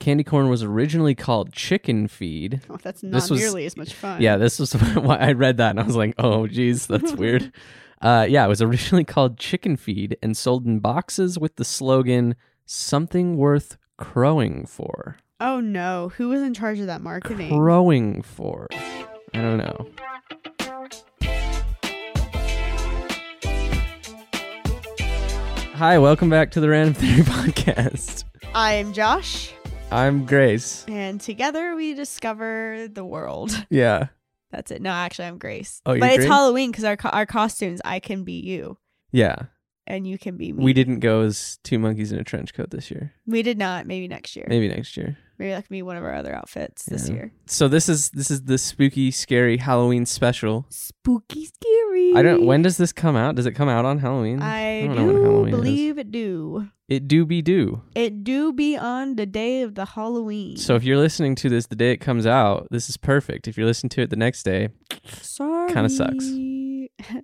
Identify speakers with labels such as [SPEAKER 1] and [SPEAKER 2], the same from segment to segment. [SPEAKER 1] Candy corn was originally called chicken feed.
[SPEAKER 2] Oh, that's
[SPEAKER 1] This
[SPEAKER 2] not
[SPEAKER 1] was-
[SPEAKER 2] nearly as much fun.
[SPEAKER 1] Yeah, this was why I read that and I was like, oh, geez, that's weird. Uh, yeah, it was originally called chicken feed and sold in boxes with the slogan "something worth crowing for."
[SPEAKER 2] Oh no, who was in charge of that marketing?
[SPEAKER 1] Crowing for. I don't know. Hi, welcome back to the Random Theory Podcast.
[SPEAKER 2] I am Josh,
[SPEAKER 1] I'm Grace.
[SPEAKER 2] and together we discover the world.
[SPEAKER 1] Yeah.
[SPEAKER 2] That's it. No, actually, I'm Grace.
[SPEAKER 1] Oh, you're
[SPEAKER 2] but it's
[SPEAKER 1] Grace?
[SPEAKER 2] Halloween because our co- our costumes. I can be you,
[SPEAKER 1] Yeah.
[SPEAKER 2] and you can be me.
[SPEAKER 1] We didn't go as two monkeys in a trench coat this year.
[SPEAKER 2] We did not. Maybe next year. Maybe,
[SPEAKER 1] Maybe next year.
[SPEAKER 2] that can be one of our other outfits this
[SPEAKER 1] Yeah.
[SPEAKER 2] year.
[SPEAKER 1] So this is this is the spooky, scary Halloween special.
[SPEAKER 2] Spooky, scary.
[SPEAKER 1] I don't. When does this come out? Does it come out on Halloween?
[SPEAKER 2] I,
[SPEAKER 1] don't know when
[SPEAKER 2] do
[SPEAKER 1] Halloween is.
[SPEAKER 2] believe it do.
[SPEAKER 1] it do be do.
[SPEAKER 2] It do be on the day of the Halloween.
[SPEAKER 1] So if you're listening to this the day it comes out, this is perfect. If you're listening to it the next day,
[SPEAKER 2] sorry.
[SPEAKER 1] kinda sucks.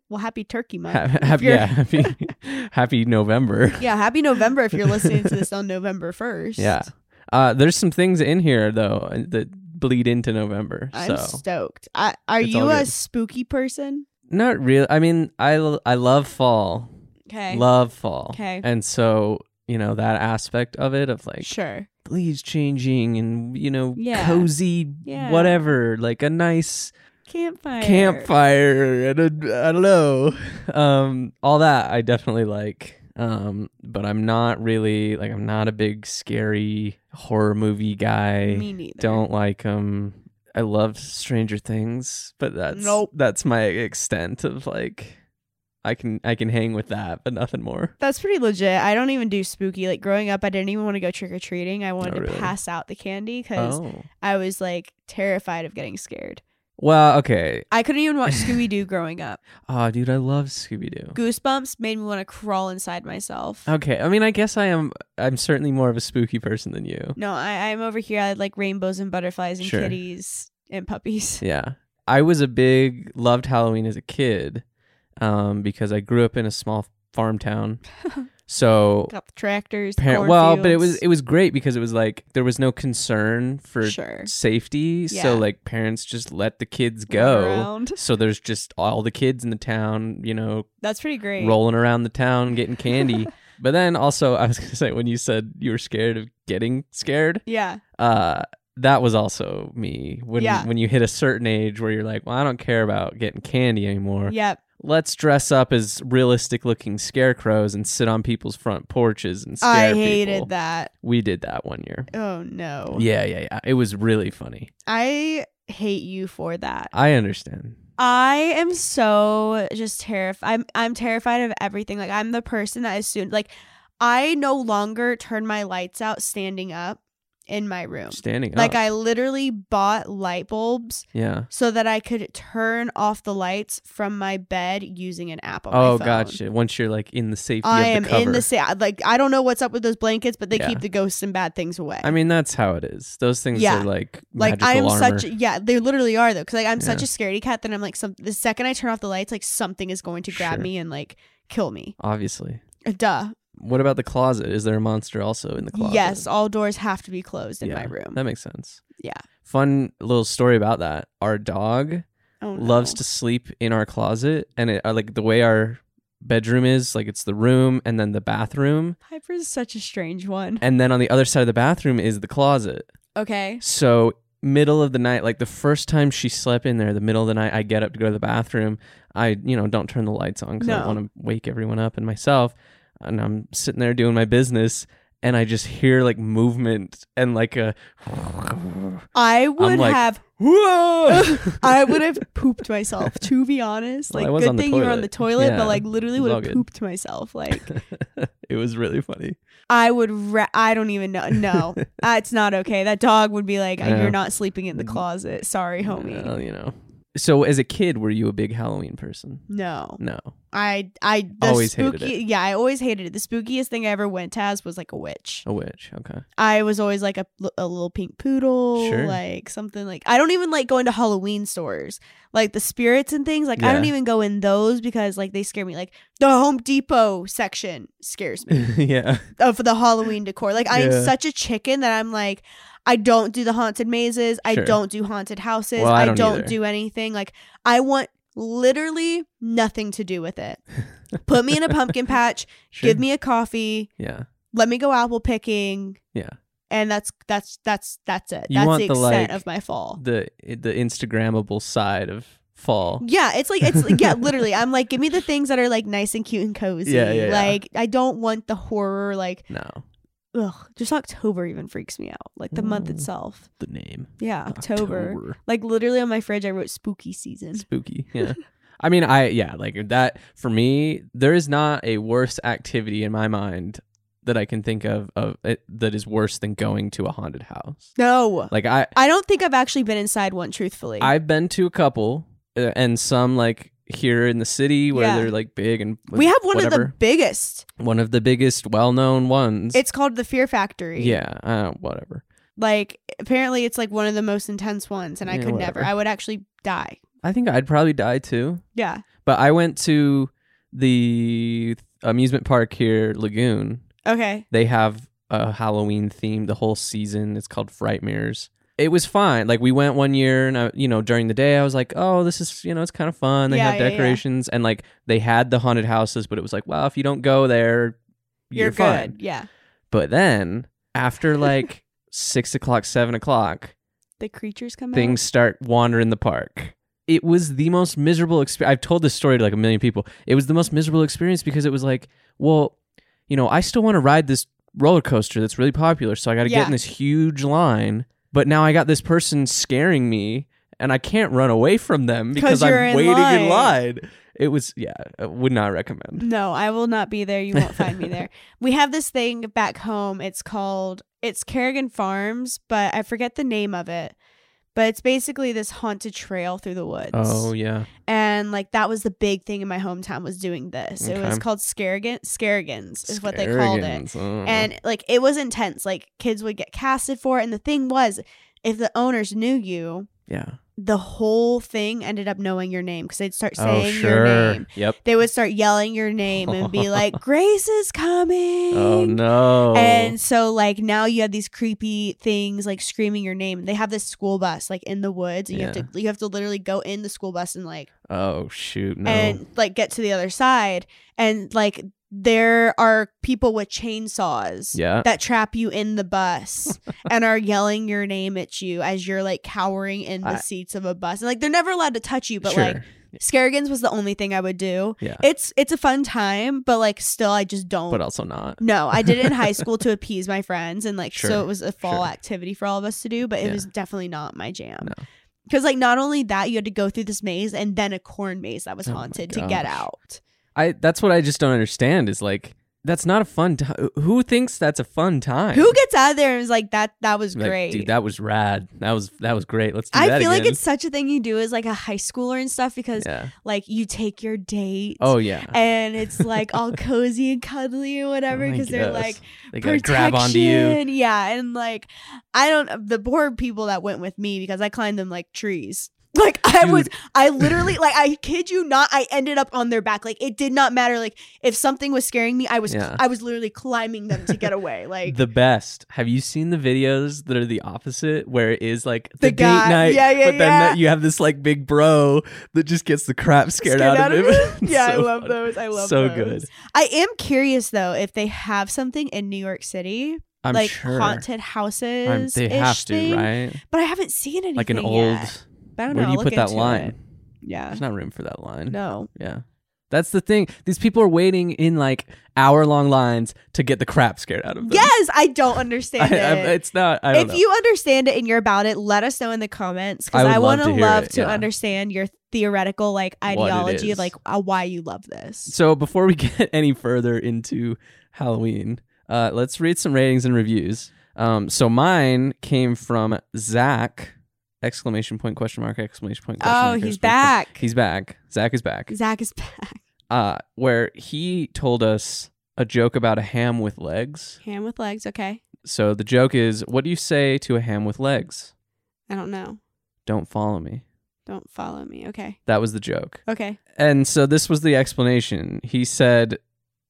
[SPEAKER 2] well, happy Turkey Month.
[SPEAKER 1] ha-
[SPEAKER 2] If
[SPEAKER 1] happy,
[SPEAKER 2] you're-
[SPEAKER 1] yeah, happy, happy November.
[SPEAKER 2] Yeah, happy November if you're listening to this on November 1st.
[SPEAKER 1] Yeah. Uh, there's some things in here though uh, that bleed into November.
[SPEAKER 2] I'm
[SPEAKER 1] so
[SPEAKER 2] stoked. I, are
[SPEAKER 1] It's
[SPEAKER 2] you
[SPEAKER 1] all
[SPEAKER 2] a
[SPEAKER 1] good.
[SPEAKER 2] spooky person?
[SPEAKER 1] not real. I mean, I l- I love fall,
[SPEAKER 2] Okay.
[SPEAKER 1] love fall,
[SPEAKER 2] Okay.
[SPEAKER 1] and so you know that aspect of it of like
[SPEAKER 2] sure.
[SPEAKER 1] leaves changing and you know
[SPEAKER 2] Yeah.
[SPEAKER 1] cozy
[SPEAKER 2] Yeah.
[SPEAKER 1] whatever like a nice
[SPEAKER 2] Campfire.
[SPEAKER 1] campfire and a, i don't know um all that i definitely like um but i'm not really like i'm not a big scary horror movie guy
[SPEAKER 2] Me neither.
[SPEAKER 1] don't like um i love stranger things but that's
[SPEAKER 2] Nope.
[SPEAKER 1] that's my extent of like i can i can hang with that but nothing more
[SPEAKER 2] That's pretty legit. I don't even do spooky. Like growing up, I didn't even want to go trick or treating. I wanted
[SPEAKER 1] Oh,
[SPEAKER 2] to
[SPEAKER 1] really?
[SPEAKER 2] pass out the candy because
[SPEAKER 1] oh
[SPEAKER 2] I was like terrified of getting scared.
[SPEAKER 1] well okay
[SPEAKER 2] I couldn't even watch Scooby Doo growing up.
[SPEAKER 1] oh dude i love scooby-doo
[SPEAKER 2] Goosebumps made me want to crawl inside myself.
[SPEAKER 1] Okay, I mean, I guess I am. I'm certainly more of a spooky person than you.
[SPEAKER 2] No, I, I'm over here. I like rainbows and butterflies and
[SPEAKER 1] Sure.
[SPEAKER 2] kitties and puppies.
[SPEAKER 1] Yeah, I was a big loved Halloween as a kid, um, because I grew up in a small farm town. So,
[SPEAKER 2] Got the tractors. the
[SPEAKER 1] parent, well, but it
[SPEAKER 2] cornfields.
[SPEAKER 1] was it was great because it was like there was no concern for
[SPEAKER 2] sure.
[SPEAKER 1] safety.
[SPEAKER 2] Yeah.
[SPEAKER 1] So like parents just let the kids
[SPEAKER 2] Run
[SPEAKER 1] go.
[SPEAKER 2] around.
[SPEAKER 1] So there's just all the kids in the town, you know,
[SPEAKER 2] That's pretty great.
[SPEAKER 1] rolling around the town getting candy. but then also, I was gonna say when you said you were scared of getting scared.
[SPEAKER 2] Yeah.
[SPEAKER 1] uh that was also me when
[SPEAKER 2] Yeah.
[SPEAKER 1] when you hit a certain age where you're like, well, I don't care about getting candy anymore.
[SPEAKER 2] Yep.
[SPEAKER 1] Let's dress up as realistic looking scarecrows and sit on people's front porches and scare
[SPEAKER 2] I
[SPEAKER 1] people.
[SPEAKER 2] hated that.
[SPEAKER 1] We did that one year.
[SPEAKER 2] Oh no.
[SPEAKER 1] Yeah, yeah, yeah. It was really funny.
[SPEAKER 2] I hate you for that.
[SPEAKER 1] I understand.
[SPEAKER 2] I am so just terrified. I'm I'm terrified of everything. Like I'm the person that is soon like I no longer turn my lights out standing up in my room.
[SPEAKER 1] Standing
[SPEAKER 2] Like
[SPEAKER 1] up.
[SPEAKER 2] I literally bought light bulbs
[SPEAKER 1] yeah.
[SPEAKER 2] so that I could turn off the lights from my bed using an app on my
[SPEAKER 1] Oh,
[SPEAKER 2] phone.
[SPEAKER 1] gotcha. Once you're like in the safety
[SPEAKER 2] I
[SPEAKER 1] of
[SPEAKER 2] am
[SPEAKER 1] the cover.
[SPEAKER 2] in the sa- like I don't know what's up with those blankets, but they
[SPEAKER 1] Yeah.
[SPEAKER 2] keep the ghosts and bad things away.
[SPEAKER 1] I mean, that's how it is. Those things
[SPEAKER 2] Yeah.
[SPEAKER 1] are like
[SPEAKER 2] like I am
[SPEAKER 1] magical armor.
[SPEAKER 2] such yeah, they literally are though. Cause like I'm such
[SPEAKER 1] Yeah.
[SPEAKER 2] a scaredy cat that I'm like some the second I turn off the lights, like something is going to grab
[SPEAKER 1] Sure.
[SPEAKER 2] me and like kill me. Uh,
[SPEAKER 1] Obviously.
[SPEAKER 2] Duh.
[SPEAKER 1] What about the closet? Is there a monster also in the closet?
[SPEAKER 2] Yes, all doors have to be closed in my
[SPEAKER 1] Yeah,
[SPEAKER 2] room.
[SPEAKER 1] That makes sense.
[SPEAKER 2] Yeah.
[SPEAKER 1] Fun little story about that. Our dog
[SPEAKER 2] oh, no.
[SPEAKER 1] loves to sleep in our closet, and it uh, like the way our bedroom is, like it's the room and then the bathroom,
[SPEAKER 2] Piper is such a strange one.
[SPEAKER 1] and then on the other side of the bathroom is the closet.
[SPEAKER 2] Okay.
[SPEAKER 1] So middle of the night, like the first time she slept in there, the middle of the night, I get up to go to the bathroom. I you know don't turn the lights on because I
[SPEAKER 2] No.
[SPEAKER 1] don't want to wake everyone up and myself. And I'm sitting there doing my business, and I just hear like movement and like a.
[SPEAKER 2] I would
[SPEAKER 1] like-
[SPEAKER 2] have
[SPEAKER 1] Whoa!
[SPEAKER 2] I would have pooped myself, to be honest.
[SPEAKER 1] Well,
[SPEAKER 2] Like
[SPEAKER 1] I was
[SPEAKER 2] good
[SPEAKER 1] on the
[SPEAKER 2] thing you were on
[SPEAKER 1] toilet.
[SPEAKER 2] the toilet,
[SPEAKER 1] Yeah,
[SPEAKER 2] but like literally
[SPEAKER 1] it's
[SPEAKER 2] would
[SPEAKER 1] all
[SPEAKER 2] have
[SPEAKER 1] good.
[SPEAKER 2] pooped myself. Like
[SPEAKER 1] it was really funny.
[SPEAKER 2] I would ra- I don't even know. No. uh, it's not okay. That dog would be like,
[SPEAKER 1] I know.
[SPEAKER 2] you're not sleeping in the
[SPEAKER 1] Mm.
[SPEAKER 2] closet. Sorry, homie.
[SPEAKER 1] Well, you know. So as a kid, were you a big Halloween person?
[SPEAKER 2] no.
[SPEAKER 1] No.
[SPEAKER 2] I I the
[SPEAKER 1] Mm. Always hated
[SPEAKER 2] spooky yeah I always hated it. The spookiest thing I ever went as was like a witch.
[SPEAKER 1] A witch. Okay.
[SPEAKER 2] I was always like a, a little pink poodle,
[SPEAKER 1] Sure.
[SPEAKER 2] like something like I don't even like going to Halloween stores, like the spirits and things. Like I don't
[SPEAKER 1] Yeah.
[SPEAKER 2] even go in those because like they scare me. Like the Home Depot section scares me
[SPEAKER 1] yeah.
[SPEAKER 2] of uh, the Halloween decor. Like I
[SPEAKER 1] Yeah.
[SPEAKER 2] am such a chicken that I'm like I don't do the haunted mazes. I
[SPEAKER 1] Sure.
[SPEAKER 2] don't do haunted houses.
[SPEAKER 1] Well, I
[SPEAKER 2] I
[SPEAKER 1] don't
[SPEAKER 2] don't,
[SPEAKER 1] either.
[SPEAKER 2] do anything. Like I want literally nothing to do with it. Put me in a pumpkin patch.
[SPEAKER 1] Sure.
[SPEAKER 2] Give me a coffee.
[SPEAKER 1] Yeah.
[SPEAKER 2] Let me go apple picking.
[SPEAKER 1] Yeah.
[SPEAKER 2] And that's that's that's that's it.
[SPEAKER 1] You
[SPEAKER 2] that's
[SPEAKER 1] want
[SPEAKER 2] the
[SPEAKER 1] the,
[SPEAKER 2] extent
[SPEAKER 1] like-
[SPEAKER 2] of my fall.
[SPEAKER 1] The the Instagrammable side of fall.
[SPEAKER 2] Yeah, it's like it's like, yeah, literally. I'm like, give me the things that are like nice and cute and cozy.
[SPEAKER 1] Yeah, yeah, yeah.
[SPEAKER 2] like I don't want the horror. Like,
[SPEAKER 1] No.
[SPEAKER 2] ugh, just October even freaks me out. Like the month
[SPEAKER 1] Mm.
[SPEAKER 2] itself.
[SPEAKER 1] The name.
[SPEAKER 2] Yeah, October. Like literally on my fridge, I wrote spooky season.
[SPEAKER 1] Spooky. Yeah. I mean, I yeah, like that for me. There is not a worse activity in my mind that I can think of of it, that is worse than going to a haunted house.
[SPEAKER 2] No,
[SPEAKER 1] Like I
[SPEAKER 2] I don't think I've actually been inside one. Truthfully,
[SPEAKER 1] I've been to a couple, uh, and some like here in the city where
[SPEAKER 2] Yeah.
[SPEAKER 1] they're like big and
[SPEAKER 2] we have one
[SPEAKER 1] whatever.
[SPEAKER 2] of the biggest.
[SPEAKER 1] one of the biggest well-known ones.
[SPEAKER 2] It's called the Fear Factory.
[SPEAKER 1] yeah, uh, whatever.
[SPEAKER 2] like apparently it's like one of the most intense ones, and I
[SPEAKER 1] Yeah,
[SPEAKER 2] could
[SPEAKER 1] whatever.
[SPEAKER 2] never. I would actually die.
[SPEAKER 1] I think I'd probably die too.
[SPEAKER 2] Yeah.
[SPEAKER 1] But I went to the amusement park here, Lagoon.
[SPEAKER 2] Okay.
[SPEAKER 1] They have a Halloween theme the whole season. It's called Frightmares. It was fine. Like we went one year, and I, you know, during the day, I was like, "Oh, this is you know, it's kind of fun." They
[SPEAKER 2] Yeah,
[SPEAKER 1] had
[SPEAKER 2] yeah, yeah.
[SPEAKER 1] decorations, and like they had the haunted houses, but it was like, "Well, if you don't go there,
[SPEAKER 2] You're,
[SPEAKER 1] you're,
[SPEAKER 2] good.
[SPEAKER 1] fine."
[SPEAKER 2] Yeah.
[SPEAKER 1] But then after like six o'clock, seven o'clock,
[SPEAKER 2] The creatures come
[SPEAKER 1] things start wandering the park. It was the most miserable experience. I've told this story to like a million people. It was the most miserable experience because it was like, well, you know, I still want to ride this roller coaster that's really popular, so I got to get
[SPEAKER 2] Yeah.
[SPEAKER 1] in this huge line. But now I got this person scaring me, and I can't run away from them
[SPEAKER 2] 'Cause
[SPEAKER 1] because I'm
[SPEAKER 2] you're in
[SPEAKER 1] waiting in
[SPEAKER 2] line.
[SPEAKER 1] line. It was, yeah, I would not recommend.
[SPEAKER 2] out. No, I will not be there. You won't find me there. We have this thing back home. It's called it's Kerrigan Farms, but I forget the name of it. But it's basically this haunted trail through the woods.
[SPEAKER 1] Oh yeah,
[SPEAKER 2] and like that was the big thing in my hometown was doing this. It was
[SPEAKER 1] Okay.
[SPEAKER 2] called Scarrigan Scarrigans is what they called it.
[SPEAKER 1] Scarrigans. Oh.
[SPEAKER 2] And like it was intense. Like kids would get casted for it. And the thing was, if the owners knew you,
[SPEAKER 1] yeah,
[SPEAKER 2] the whole thing ended up knowing your name because they'd start
[SPEAKER 1] oh
[SPEAKER 2] saying
[SPEAKER 1] sure,
[SPEAKER 2] your name.
[SPEAKER 1] yep.
[SPEAKER 2] They would start yelling your name and be like, Grace is coming.
[SPEAKER 1] Oh no,
[SPEAKER 2] And so like now you have these creepy things like screaming your name. They have this school bus like in the woods and you
[SPEAKER 1] Yeah.
[SPEAKER 2] have to you have to literally go in the school bus and like
[SPEAKER 1] oh shoot, no.
[SPEAKER 2] and like get to the other side and like there are people with chainsaws
[SPEAKER 1] Yeah.
[SPEAKER 2] that trap you in the bus and are yelling your name at you as you're like cowering in the
[SPEAKER 1] I-
[SPEAKER 2] seats of a bus and like they're never allowed to touch you but like scarrigans was the only thing i would do
[SPEAKER 1] Yeah.
[SPEAKER 2] it's it's a fun time but like still i just don't
[SPEAKER 1] but also not.
[SPEAKER 2] no i did it in high school to appease my friends and like
[SPEAKER 1] Sure,
[SPEAKER 2] so it was a fall
[SPEAKER 1] sure.
[SPEAKER 2] activity for all of us to do but it
[SPEAKER 1] Yeah.
[SPEAKER 2] was definitely not my jam
[SPEAKER 1] No.
[SPEAKER 2] because like not only that you had to go through this maze and then a corn maze that was
[SPEAKER 1] Oh my
[SPEAKER 2] haunted to get
[SPEAKER 1] gosh.
[SPEAKER 2] out
[SPEAKER 1] I that's what I just don't understand is like that's not a fun time. Who thinks that's a fun time?
[SPEAKER 2] who gets out of there and is like that that was
[SPEAKER 1] Like,
[SPEAKER 2] great
[SPEAKER 1] Dude, that was rad. That was that was great. Let's do
[SPEAKER 2] i
[SPEAKER 1] that
[SPEAKER 2] feel like
[SPEAKER 1] again.
[SPEAKER 2] it's such a thing you do as like a high schooler and stuff because
[SPEAKER 1] yeah.
[SPEAKER 2] like you take your date
[SPEAKER 1] Oh yeah. Oh
[SPEAKER 2] and it's like all cozy and cuddly or whatever
[SPEAKER 1] I
[SPEAKER 2] because they're
[SPEAKER 1] guess.
[SPEAKER 2] like
[SPEAKER 1] they gotta grab onto you.
[SPEAKER 2] protection. Yeah, and like I don't the poor people that went with me because I climbed them like trees. Like I was I literally like I kid you not, I ended up on their back. Like it did not matter. Like if something was scaring me, I was
[SPEAKER 1] Yeah.
[SPEAKER 2] I was literally climbing them to get away. Like
[SPEAKER 1] The best. Have you seen the videos that are the opposite, where it is like the, date
[SPEAKER 2] guy-
[SPEAKER 1] night,
[SPEAKER 2] yeah, yeah,
[SPEAKER 1] but then
[SPEAKER 2] yeah.
[SPEAKER 1] that- you have this like big bro that just gets the crap scared,
[SPEAKER 2] Scared
[SPEAKER 1] out, of him. It's
[SPEAKER 2] yeah, I
[SPEAKER 1] so
[SPEAKER 2] love
[SPEAKER 1] funny.
[SPEAKER 2] those. I love
[SPEAKER 1] so
[SPEAKER 2] those.
[SPEAKER 1] good.
[SPEAKER 2] I am curious though if they have something in New York City,
[SPEAKER 1] I'm
[SPEAKER 2] like
[SPEAKER 1] sure.
[SPEAKER 2] haunted
[SPEAKER 1] I'm-
[SPEAKER 2] houses.
[SPEAKER 1] they have to,
[SPEAKER 2] thing,
[SPEAKER 1] right?
[SPEAKER 2] But I haven't seen anything
[SPEAKER 1] Like an old.
[SPEAKER 2] yet. But I don't
[SPEAKER 1] Where
[SPEAKER 2] know.
[SPEAKER 1] do you
[SPEAKER 2] I'll
[SPEAKER 1] put
[SPEAKER 2] look
[SPEAKER 1] that
[SPEAKER 2] into
[SPEAKER 1] line?
[SPEAKER 2] it. Yeah.
[SPEAKER 1] There's not room for that line.
[SPEAKER 2] No.
[SPEAKER 1] Yeah. That's the thing. These people are waiting in like hour long lines to get the crap scared out of them.
[SPEAKER 2] Yes, I don't understand
[SPEAKER 1] I, I,
[SPEAKER 2] it.
[SPEAKER 1] it's not. I don't
[SPEAKER 2] if
[SPEAKER 1] know.
[SPEAKER 2] you understand it and you're about it, let us know in the comments
[SPEAKER 1] I
[SPEAKER 2] because
[SPEAKER 1] would
[SPEAKER 2] I
[SPEAKER 1] love
[SPEAKER 2] want
[SPEAKER 1] to
[SPEAKER 2] to
[SPEAKER 1] hear
[SPEAKER 2] love
[SPEAKER 1] it,
[SPEAKER 2] to
[SPEAKER 1] yeah.
[SPEAKER 2] understand your theoretical like
[SPEAKER 1] it
[SPEAKER 2] ideology
[SPEAKER 1] is.
[SPEAKER 2] of like uh, why you love this.
[SPEAKER 1] so before we get any further into Halloween, uh, let's read some ratings and reviews. Um, so mine came from Zach! Exclamation point question mark exclamation point question
[SPEAKER 2] Oh,
[SPEAKER 1] mark,
[SPEAKER 2] he's
[SPEAKER 1] exclamation point.
[SPEAKER 2] back.
[SPEAKER 1] He's back. Zach is back.
[SPEAKER 2] Zach is back.
[SPEAKER 1] uh, where he told us a joke about a ham with legs.
[SPEAKER 2] Ham with legs. Okay.
[SPEAKER 1] So the joke is, what do you say to a ham with legs?
[SPEAKER 2] I don't know.
[SPEAKER 1] Don't follow me.
[SPEAKER 2] Don't follow me. Okay.
[SPEAKER 1] That was the joke.
[SPEAKER 2] Okay.
[SPEAKER 1] And so this was the explanation. He said,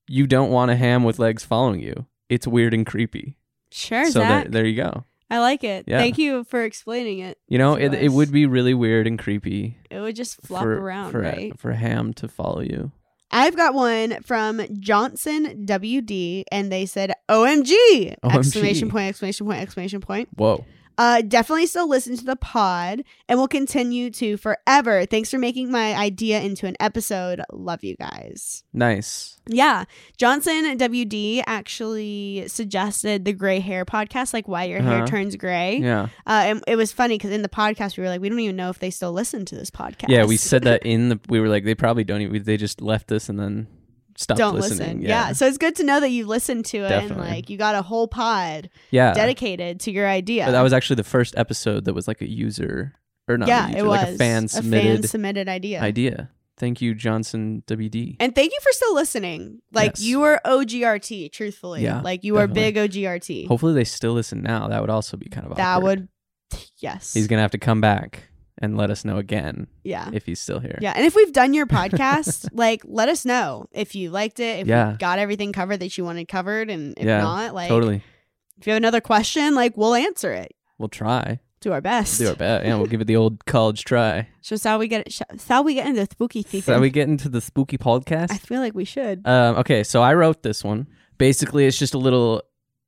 [SPEAKER 1] "You don't want a ham with legs following you. It's weird and creepy."
[SPEAKER 2] Sure,
[SPEAKER 1] so there,
[SPEAKER 2] Zach.
[SPEAKER 1] there you go.
[SPEAKER 2] I like it.
[SPEAKER 1] Yeah.
[SPEAKER 2] Thank you for explaining it.
[SPEAKER 1] You know, it, it
[SPEAKER 2] Nice.
[SPEAKER 1] would be really weird and creepy
[SPEAKER 2] It would just flop
[SPEAKER 1] for,
[SPEAKER 2] around,
[SPEAKER 1] for, a-
[SPEAKER 2] right?
[SPEAKER 1] for ham to follow you.
[SPEAKER 2] I've got one from Johnson WD, and they said, "OMG!"
[SPEAKER 1] OMG.
[SPEAKER 2] Exclamation point! Exclamation point! Exclamation point!
[SPEAKER 1] Whoa.
[SPEAKER 2] Uh, definitely still listen to the pod, and will continue to forever. Thanks for making my idea into an episode. Love you guys.
[SPEAKER 1] Nice.
[SPEAKER 2] Yeah, Johnson WD actually suggested the gray hair podcast, like why your hair
[SPEAKER 1] Uh-huh.
[SPEAKER 2] turns gray.
[SPEAKER 1] Yeah.
[SPEAKER 2] Uh, and it was funny because in the podcast we were like, we don't even know if they still listen to this podcast.
[SPEAKER 1] Yeah, we said that in the we were like they probably don't even they just left us and then stopped
[SPEAKER 2] don't
[SPEAKER 1] listening.
[SPEAKER 2] listen. Yeah.
[SPEAKER 1] Yeah.
[SPEAKER 2] so it's good to know that you listened to it and
[SPEAKER 1] Definitely.
[SPEAKER 2] like you got a whole pod
[SPEAKER 1] Yeah.
[SPEAKER 2] dedicated to your idea.
[SPEAKER 1] But that was actually the first episode that was like a user or not a
[SPEAKER 2] yeah,
[SPEAKER 1] user,
[SPEAKER 2] it was
[SPEAKER 1] like a fan submitted
[SPEAKER 2] submitted idea.
[SPEAKER 1] idea. Thank you, Johnson WD.
[SPEAKER 2] And thank you for still listening. Like
[SPEAKER 1] Yes.
[SPEAKER 2] you were OGRT, truthfully.
[SPEAKER 1] Yeah,
[SPEAKER 2] like you were big
[SPEAKER 1] definitely.
[SPEAKER 2] OGRT.
[SPEAKER 1] Hopefully they still listen now. That would also be kind of awkward.
[SPEAKER 2] that would, yes,
[SPEAKER 1] He's gonna have to come back and let us know again
[SPEAKER 2] yeah.
[SPEAKER 1] if he's still here.
[SPEAKER 2] Yeah, and if we've done your podcast, like let us know if you liked it, if
[SPEAKER 1] Yeah.
[SPEAKER 2] we got everything covered that you wanted covered, and if
[SPEAKER 1] Yeah,
[SPEAKER 2] not, like
[SPEAKER 1] totally.
[SPEAKER 2] if you have another question, like we'll answer it.
[SPEAKER 1] We'll try.
[SPEAKER 2] Do our best.
[SPEAKER 1] Do our best. Yeah, we'll give it the old college try.
[SPEAKER 2] So shall we get? Shall we get into spooky season?
[SPEAKER 1] So we get into the spooky podcast.
[SPEAKER 2] I feel like we should.
[SPEAKER 1] Um, okay, so I wrote this one. Basically, it's just a little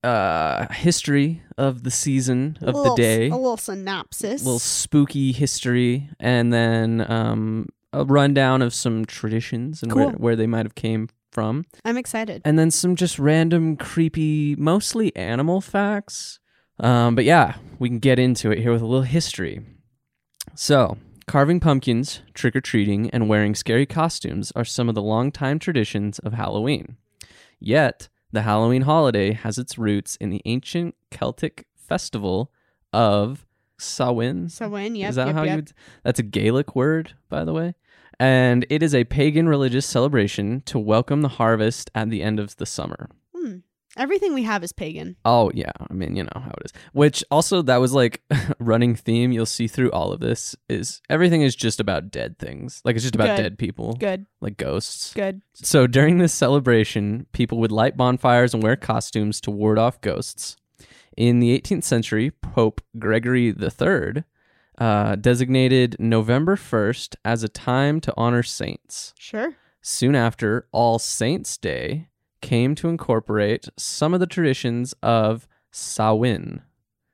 [SPEAKER 1] uh, history of the season of
[SPEAKER 2] a
[SPEAKER 1] the
[SPEAKER 2] little,
[SPEAKER 1] day, a
[SPEAKER 2] a little synopsis.
[SPEAKER 1] little spooky history, and then um, a rundown of some traditions and where,
[SPEAKER 2] Cool.
[SPEAKER 1] where they might have came from,
[SPEAKER 2] I'm excited.
[SPEAKER 1] and then some just random, creepy, mostly animal facts. Um, but yeah, we can get into it here with a little history. So, carving pumpkins, trick or treating, and wearing scary costumes are some of the long-time traditions of Halloween. Yet, the Halloween holiday has its roots in the ancient Celtic festival of Samhain.
[SPEAKER 2] So when? Yep.
[SPEAKER 1] is that
[SPEAKER 2] yep,
[SPEAKER 1] how
[SPEAKER 2] yep.
[SPEAKER 1] you would? That's a Gaelic word, by the way. And it is a pagan religious celebration to welcome the harvest at the end of the summer.
[SPEAKER 2] Hmm. Everything we have is pagan.
[SPEAKER 1] Oh yeah, I mean you know how it is. Which also that was like running theme you'll see through all of this is everything is just about dead things. Like it's just about
[SPEAKER 2] Good.
[SPEAKER 1] dead people,
[SPEAKER 2] Good.
[SPEAKER 1] like ghosts.
[SPEAKER 2] Good.
[SPEAKER 1] So during this celebration, people would light bonfires and wear costumes to ward off ghosts. In the 18th century, Pope Gregory III uh, designated November 1st as a time to honor saints.
[SPEAKER 2] Sure.
[SPEAKER 1] Soon after, All Saints' Day came to incorporate some of the traditions of Samhain.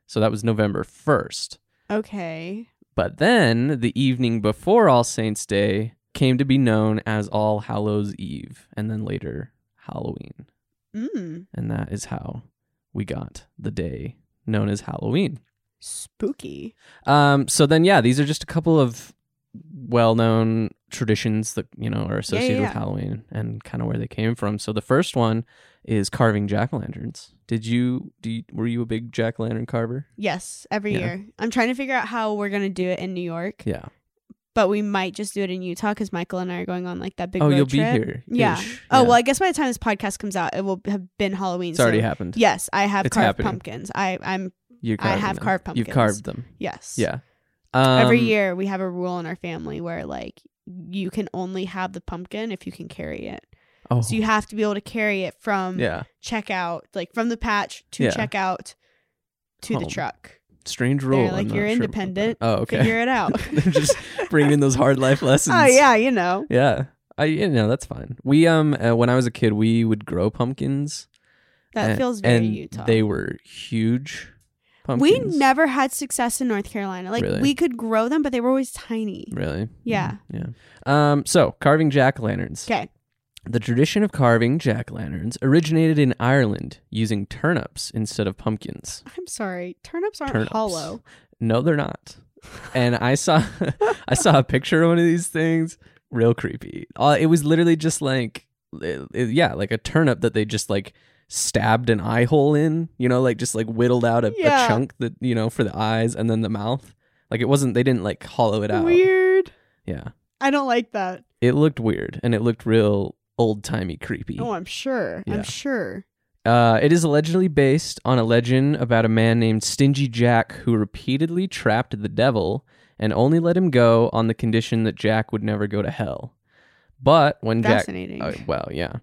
[SPEAKER 1] So that was November 1st.
[SPEAKER 2] Okay.
[SPEAKER 1] But then the evening before All Saints' Day came to be known as All Hallows' Eve, and then later Halloween.
[SPEAKER 2] Mm.
[SPEAKER 1] And that is how we got the day known as Halloween.
[SPEAKER 2] Spooky.
[SPEAKER 1] Um, so then, yeah, these are just a couple of well-known traditions that you know are associated
[SPEAKER 2] yeah.
[SPEAKER 1] with Halloween and kind of where they came from. So the first one is carving jack o' lanterns. Did you do? You, were you a big jack o' lantern carver?
[SPEAKER 2] Yes, every
[SPEAKER 1] Yeah.
[SPEAKER 2] year. I'm trying to figure out how we're gonna do it in New York,
[SPEAKER 1] Yeah.
[SPEAKER 2] but we might just do it in Utah because Michael and I are going on like that big.
[SPEAKER 1] oh,
[SPEAKER 2] road
[SPEAKER 1] you'll
[SPEAKER 2] trip.
[SPEAKER 1] be here.
[SPEAKER 2] Yeah.
[SPEAKER 1] Ish.
[SPEAKER 2] Oh
[SPEAKER 1] Yeah.
[SPEAKER 2] well, I guess by the time this podcast comes out, it will have been Halloween.
[SPEAKER 1] it's already
[SPEAKER 2] so-
[SPEAKER 1] happened.
[SPEAKER 2] Yes, I have
[SPEAKER 1] It's
[SPEAKER 2] carved
[SPEAKER 1] happening.
[SPEAKER 2] pumpkins. I I'm
[SPEAKER 1] You're
[SPEAKER 2] I have
[SPEAKER 1] them.
[SPEAKER 2] carved
[SPEAKER 1] You've
[SPEAKER 2] pumpkins.
[SPEAKER 1] carved them.
[SPEAKER 2] yes.
[SPEAKER 1] Yeah. Um,
[SPEAKER 2] Every year we have a rule in our family where like you can only have the pumpkin if you can carry it.
[SPEAKER 1] Oh.
[SPEAKER 2] So you have to be able to carry it from
[SPEAKER 1] yeah.
[SPEAKER 2] checkout, like from the patch to
[SPEAKER 1] Yeah.
[SPEAKER 2] checkout to the
[SPEAKER 1] Home.
[SPEAKER 2] truck.
[SPEAKER 1] Strange rule. I'm
[SPEAKER 2] like,
[SPEAKER 1] not
[SPEAKER 2] you're
[SPEAKER 1] sure about
[SPEAKER 2] independent.
[SPEAKER 1] that. Oh, okay.
[SPEAKER 2] Figure it out.
[SPEAKER 1] They're just bringing those hard life lessons.
[SPEAKER 2] oh yeah, you know.
[SPEAKER 1] Yeah. I you know that's fine. We um uh, when I was a kid we would grow pumpkins.
[SPEAKER 2] That
[SPEAKER 1] and-
[SPEAKER 2] feels very
[SPEAKER 1] and
[SPEAKER 2] Utah.
[SPEAKER 1] They were huge.
[SPEAKER 2] we
[SPEAKER 1] Pumpkins.
[SPEAKER 2] never had success in North Carolina. Like
[SPEAKER 1] Really?
[SPEAKER 2] we could grow them, but they were always tiny.
[SPEAKER 1] really.
[SPEAKER 2] Yeah.
[SPEAKER 1] Mm, Yeah. Um. So carving jack o' lanterns.
[SPEAKER 2] Okay.
[SPEAKER 1] The tradition of carving jack o' lanterns originated in Ireland using turnips instead of pumpkins.
[SPEAKER 2] I'm sorry. Turnips aren't
[SPEAKER 1] Turnips.
[SPEAKER 2] hollow.
[SPEAKER 1] No, they're not. And I saw, I saw a picture of one of these things. Real creepy. Uh, it was literally just like, it- it- yeah, like a turnip that they just like stabbed an eye hole in. You know, like just like whittled out a,
[SPEAKER 2] Yeah.
[SPEAKER 1] a chunk that you know for the eyes and then the mouth. Like it wasn't. They didn't like hollow it out.
[SPEAKER 2] Weird.
[SPEAKER 1] Yeah.
[SPEAKER 2] I don't like that.
[SPEAKER 1] It looked weird and it looked real old timey creepy.
[SPEAKER 2] Oh, I'm sure.
[SPEAKER 1] Yeah.
[SPEAKER 2] I'm sure.
[SPEAKER 1] Uh, it is allegedly based on a legend about a man named Stingy Jack who repeatedly trapped the devil and only let him go on the condition that Jack would never go to hell. But when Jack.
[SPEAKER 2] Fascinating.
[SPEAKER 1] Oh, well, yeah.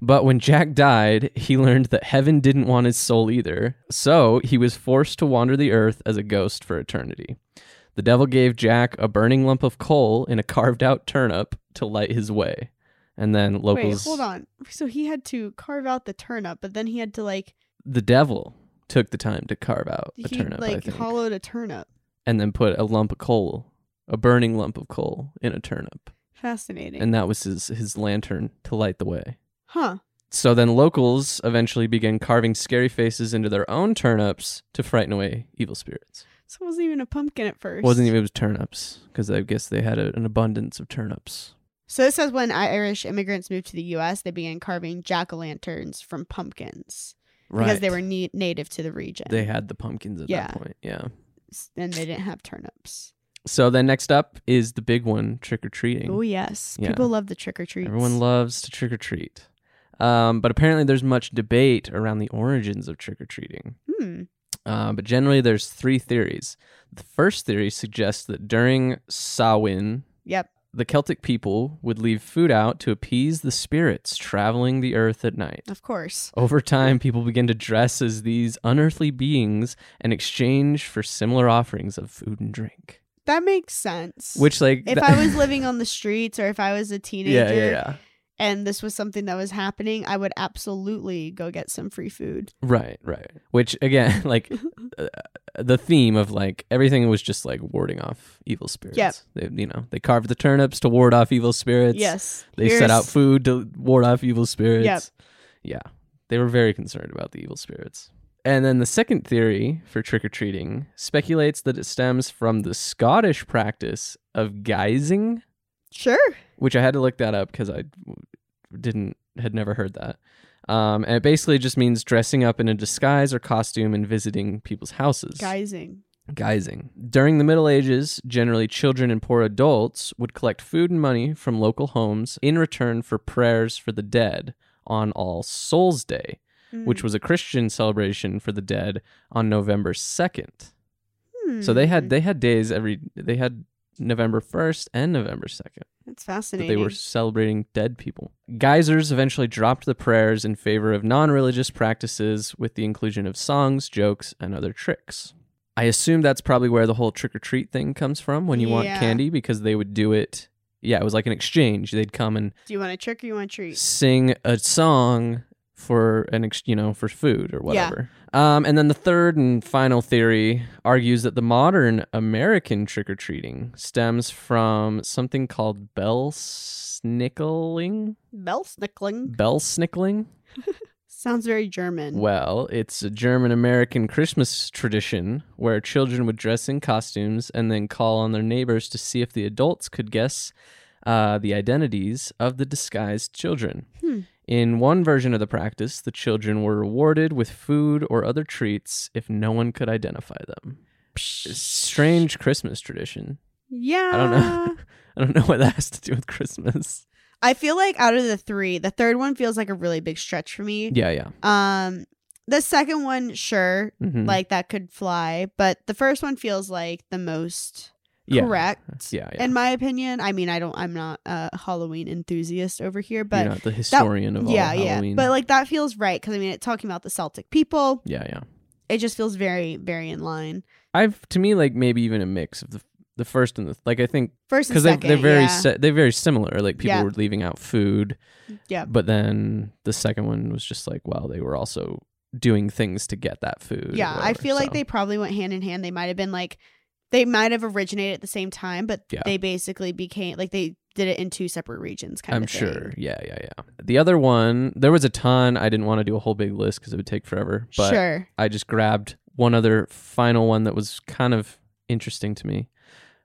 [SPEAKER 1] But when Jack died, he learned that heaven didn't want his soul either, so he was forced to wander the earth as a ghost for eternity. The devil gave Jack a burning lump of coal in a carved out turnip to light his way. And then
[SPEAKER 2] Wait,
[SPEAKER 1] locals.
[SPEAKER 2] hold on. So he had to carve out the turnip, but then he had to like
[SPEAKER 1] The devil took the time to carve out
[SPEAKER 2] he
[SPEAKER 1] a turnip, I
[SPEAKER 2] like
[SPEAKER 1] think,
[SPEAKER 2] hollowed a turnip.
[SPEAKER 1] and then put a lump of coal, a burning lump of coal, in a turnip.
[SPEAKER 2] Fascinating.
[SPEAKER 1] And that was his, his lantern to light the way.
[SPEAKER 2] huh.
[SPEAKER 1] So then locals eventually began carving scary faces into their own turnips to frighten away evil spirits.
[SPEAKER 2] So it wasn't even a pumpkin at
[SPEAKER 1] It
[SPEAKER 2] first.
[SPEAKER 1] wasn't even it was turnips because I guess they had a, an abundance of turnips.
[SPEAKER 2] So this says when Irish immigrants moved to the U.S., they began carving jack o' lanterns from pumpkins
[SPEAKER 1] Right.
[SPEAKER 2] because they were ne- native to the region.
[SPEAKER 1] They had the pumpkins at
[SPEAKER 2] Yeah.
[SPEAKER 1] that point. Yeah.
[SPEAKER 2] S- and they didn't have turnips.
[SPEAKER 1] So then next up is the big one, trick or treating.
[SPEAKER 2] Oh yes,
[SPEAKER 1] Yeah.
[SPEAKER 2] people love the trick or treats.
[SPEAKER 1] Everyone loves to trick or treat. Um, but apparently, there's much debate around the origins of trick or treating.
[SPEAKER 2] Hmm.
[SPEAKER 1] Uh, but generally, there's three theories. The first theory suggests that during Samhain,
[SPEAKER 2] Yep.
[SPEAKER 1] the Celtic people would leave food out to appease the spirits traveling the earth at night.
[SPEAKER 2] Of course.
[SPEAKER 1] Over time, people began to dress as these unearthly beings in exchange for similar offerings of food and drink.
[SPEAKER 2] That makes sense.
[SPEAKER 1] Which, like,
[SPEAKER 2] if I was living on the streets or if I was a teenager
[SPEAKER 1] yeah, yeah, yeah,
[SPEAKER 2] and this was something that was happening, I would absolutely go get some free food.
[SPEAKER 1] right, right. Which again, like, uh, the theme of like everything was just like warding off evil spirits.
[SPEAKER 2] Yep.
[SPEAKER 1] They, you know, they carved the turnips to ward off evil spirits.
[SPEAKER 2] yes.
[SPEAKER 1] They set out
[SPEAKER 2] Here's-
[SPEAKER 1] food to ward off evil spirits. Yeah. They were very concerned about the evil spirits. And then the second theory for trick or treating speculates that it stems from the Scottish practice of guising,
[SPEAKER 2] Sure.
[SPEAKER 1] which I had to look that up because I didn't, had never heard that. Um, and it basically just means dressing up in a disguise or costume and visiting people's houses.
[SPEAKER 2] Guising.
[SPEAKER 1] Guising. During the Middle Ages, generally children and poor adults would collect food and money from local homes in return for prayers for the dead on All Souls' Day,
[SPEAKER 2] Hmm.
[SPEAKER 1] which was a Christian celebration for the dead on November 2nd.
[SPEAKER 2] Hmm.
[SPEAKER 1] So they had they had days every they had November 1st and November 2nd
[SPEAKER 2] That's
[SPEAKER 1] that
[SPEAKER 2] fascinating.
[SPEAKER 1] they were celebrating dead people. Geysers eventually dropped the prayers in favor of non religious practices with the inclusion of songs, jokes, and other tricks. I assume that's probably where the whole trick or treat thing comes from when you want
[SPEAKER 2] Yeah.
[SPEAKER 1] candy because they would do it. Yeah, it was like an exchange. They'd come and
[SPEAKER 2] Do you want a trick or you want a treat?
[SPEAKER 1] sing a song for an ex- you know for food or whatever. Um, and then the third and final theory argues that the modern American trick or treating stems from something called bell snickling.
[SPEAKER 2] Bell snickling.
[SPEAKER 1] Bell snickling.
[SPEAKER 2] Sounds very German.
[SPEAKER 1] Well, it's a German American Christmas tradition where children would dress in costumes and then call on their neighbors to see if the adults could guess uh, the identities of the disguised children.
[SPEAKER 2] Hmm.
[SPEAKER 1] In one version of the practice, the children were rewarded with food or other treats if no one could identify them. Strange Christmas tradition.
[SPEAKER 2] Yeah.
[SPEAKER 1] I don't know. I don't know what that has to do with Christmas.
[SPEAKER 2] I feel like out of the three, the third one feels like a really big stretch for me.
[SPEAKER 1] Yeah, yeah.
[SPEAKER 2] Um, the second one, sure,
[SPEAKER 1] Mhm.
[SPEAKER 2] like that could fly, but the first one feels like the most
[SPEAKER 1] yeah.
[SPEAKER 2] correct.
[SPEAKER 1] Yeah, yeah.
[SPEAKER 2] In my opinion, I mean, I don't, I'm not a Halloween enthusiast over here,
[SPEAKER 1] You're
[SPEAKER 2] but
[SPEAKER 1] not the historian of all
[SPEAKER 2] yeah,
[SPEAKER 1] Halloween.
[SPEAKER 2] yeah, but like that feels right because I mean, it's talking about the Celtic people.
[SPEAKER 1] yeah, yeah.
[SPEAKER 2] It just feels very, very in line.
[SPEAKER 1] I've to me like maybe even a mix of the the first and the like I think
[SPEAKER 2] First and
[SPEAKER 1] because they
[SPEAKER 2] second,
[SPEAKER 1] they're very
[SPEAKER 2] yeah.
[SPEAKER 1] si- they're very similar. Like people
[SPEAKER 2] Yeah.
[SPEAKER 1] were leaving out food,
[SPEAKER 2] Yep.
[SPEAKER 1] but then the second one was just like wow they were also doing things to get that food. or
[SPEAKER 2] Yeah, I
[SPEAKER 1] whatever,
[SPEAKER 2] feel like
[SPEAKER 1] so.
[SPEAKER 2] they probably went hand in hand. They might have been like, they might have originated at the same time, but
[SPEAKER 1] Yeah.
[SPEAKER 2] they basically became like they did it in two separate regions. Kind
[SPEAKER 1] I'm
[SPEAKER 2] of. thing.
[SPEAKER 1] sure. Yeah, yeah, yeah. The other one, there was a ton. I didn't want to do a whole big list because it would take forever. But
[SPEAKER 2] sure.
[SPEAKER 1] I just grabbed one other final one that was kind of interesting to me,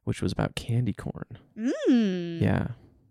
[SPEAKER 1] which was about candy corn.
[SPEAKER 2] Mm.
[SPEAKER 1] Yeah.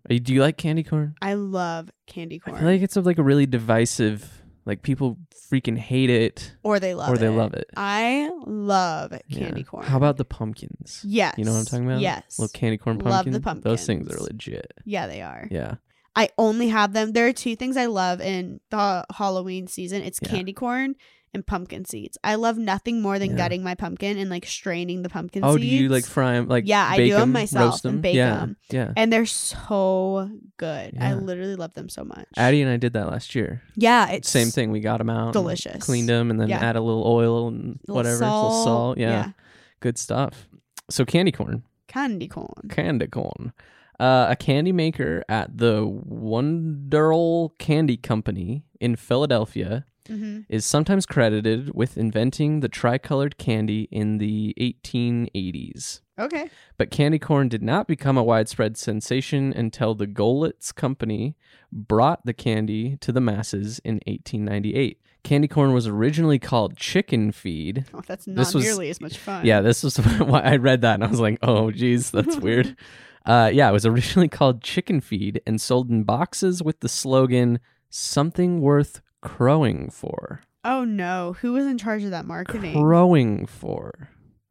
[SPEAKER 1] Uh, Do you like candy corn?
[SPEAKER 2] I love candy corn.
[SPEAKER 1] I feel like it's a, like a really divisive Like people freaking hate it
[SPEAKER 2] or they love
[SPEAKER 1] or
[SPEAKER 2] it.
[SPEAKER 1] they love it.
[SPEAKER 2] I love
[SPEAKER 1] Yeah.
[SPEAKER 2] candy corn.
[SPEAKER 1] How about the pumpkins?
[SPEAKER 2] Yes.
[SPEAKER 1] You know what I'm talking about?
[SPEAKER 2] Yes.
[SPEAKER 1] Little candy corn
[SPEAKER 2] Love
[SPEAKER 1] pumpkin.
[SPEAKER 2] the
[SPEAKER 1] Those things are
[SPEAKER 2] pumpkins.
[SPEAKER 1] legit.
[SPEAKER 2] yeah, they are.
[SPEAKER 1] Yeah.
[SPEAKER 2] I only have them. There are two things I love in the Halloween season. It's
[SPEAKER 1] Yeah.
[SPEAKER 2] candy corn and pumpkin seeds. I love nothing more than
[SPEAKER 1] Yeah.
[SPEAKER 2] gutting my pumpkin and like straining the pumpkin
[SPEAKER 1] Oh,
[SPEAKER 2] seeds.
[SPEAKER 1] do you like fry them? Like
[SPEAKER 2] Yeah, I do
[SPEAKER 1] bake
[SPEAKER 2] 'em
[SPEAKER 1] 'em,
[SPEAKER 2] myself
[SPEAKER 1] roast
[SPEAKER 2] and
[SPEAKER 1] 'em?
[SPEAKER 2] bake
[SPEAKER 1] yeah,
[SPEAKER 2] 'em.
[SPEAKER 1] Yeah.
[SPEAKER 2] and they're so good. I
[SPEAKER 1] Yeah.
[SPEAKER 2] literally love them so much.
[SPEAKER 1] Addie and I did that last year.
[SPEAKER 2] yeah, it's
[SPEAKER 1] Same thing. We got them out, and
[SPEAKER 2] delicious.
[SPEAKER 1] cleaned them, and then
[SPEAKER 2] Yeah.
[SPEAKER 1] add a little oil and
[SPEAKER 2] Little
[SPEAKER 1] whatever, a little salt. Yeah. good stuff. So candy corn,
[SPEAKER 2] Candy corn.
[SPEAKER 1] candy corn. Uh, a candy maker at the Wonderl Candy Company in Philadelphia
[SPEAKER 2] hmm
[SPEAKER 1] is sometimes credited with inventing the tricolored candy in the 1880s.
[SPEAKER 2] Okay.
[SPEAKER 1] But candy corn did not become a widespread sensation until the Golitz Company brought the candy to the masses in 1898. Candy corn was originally called chicken feed.
[SPEAKER 2] Oh, that's not
[SPEAKER 1] This was-
[SPEAKER 2] nearly as much fun.
[SPEAKER 1] Yeah, this was why I read that and I was like, oh, geez, that's weird. Uh, yeah, it was originally called chicken feed and sold in boxes with the slogan, something worth crowing for.
[SPEAKER 2] Oh no, who was in charge of that marketing?
[SPEAKER 1] Crowing for.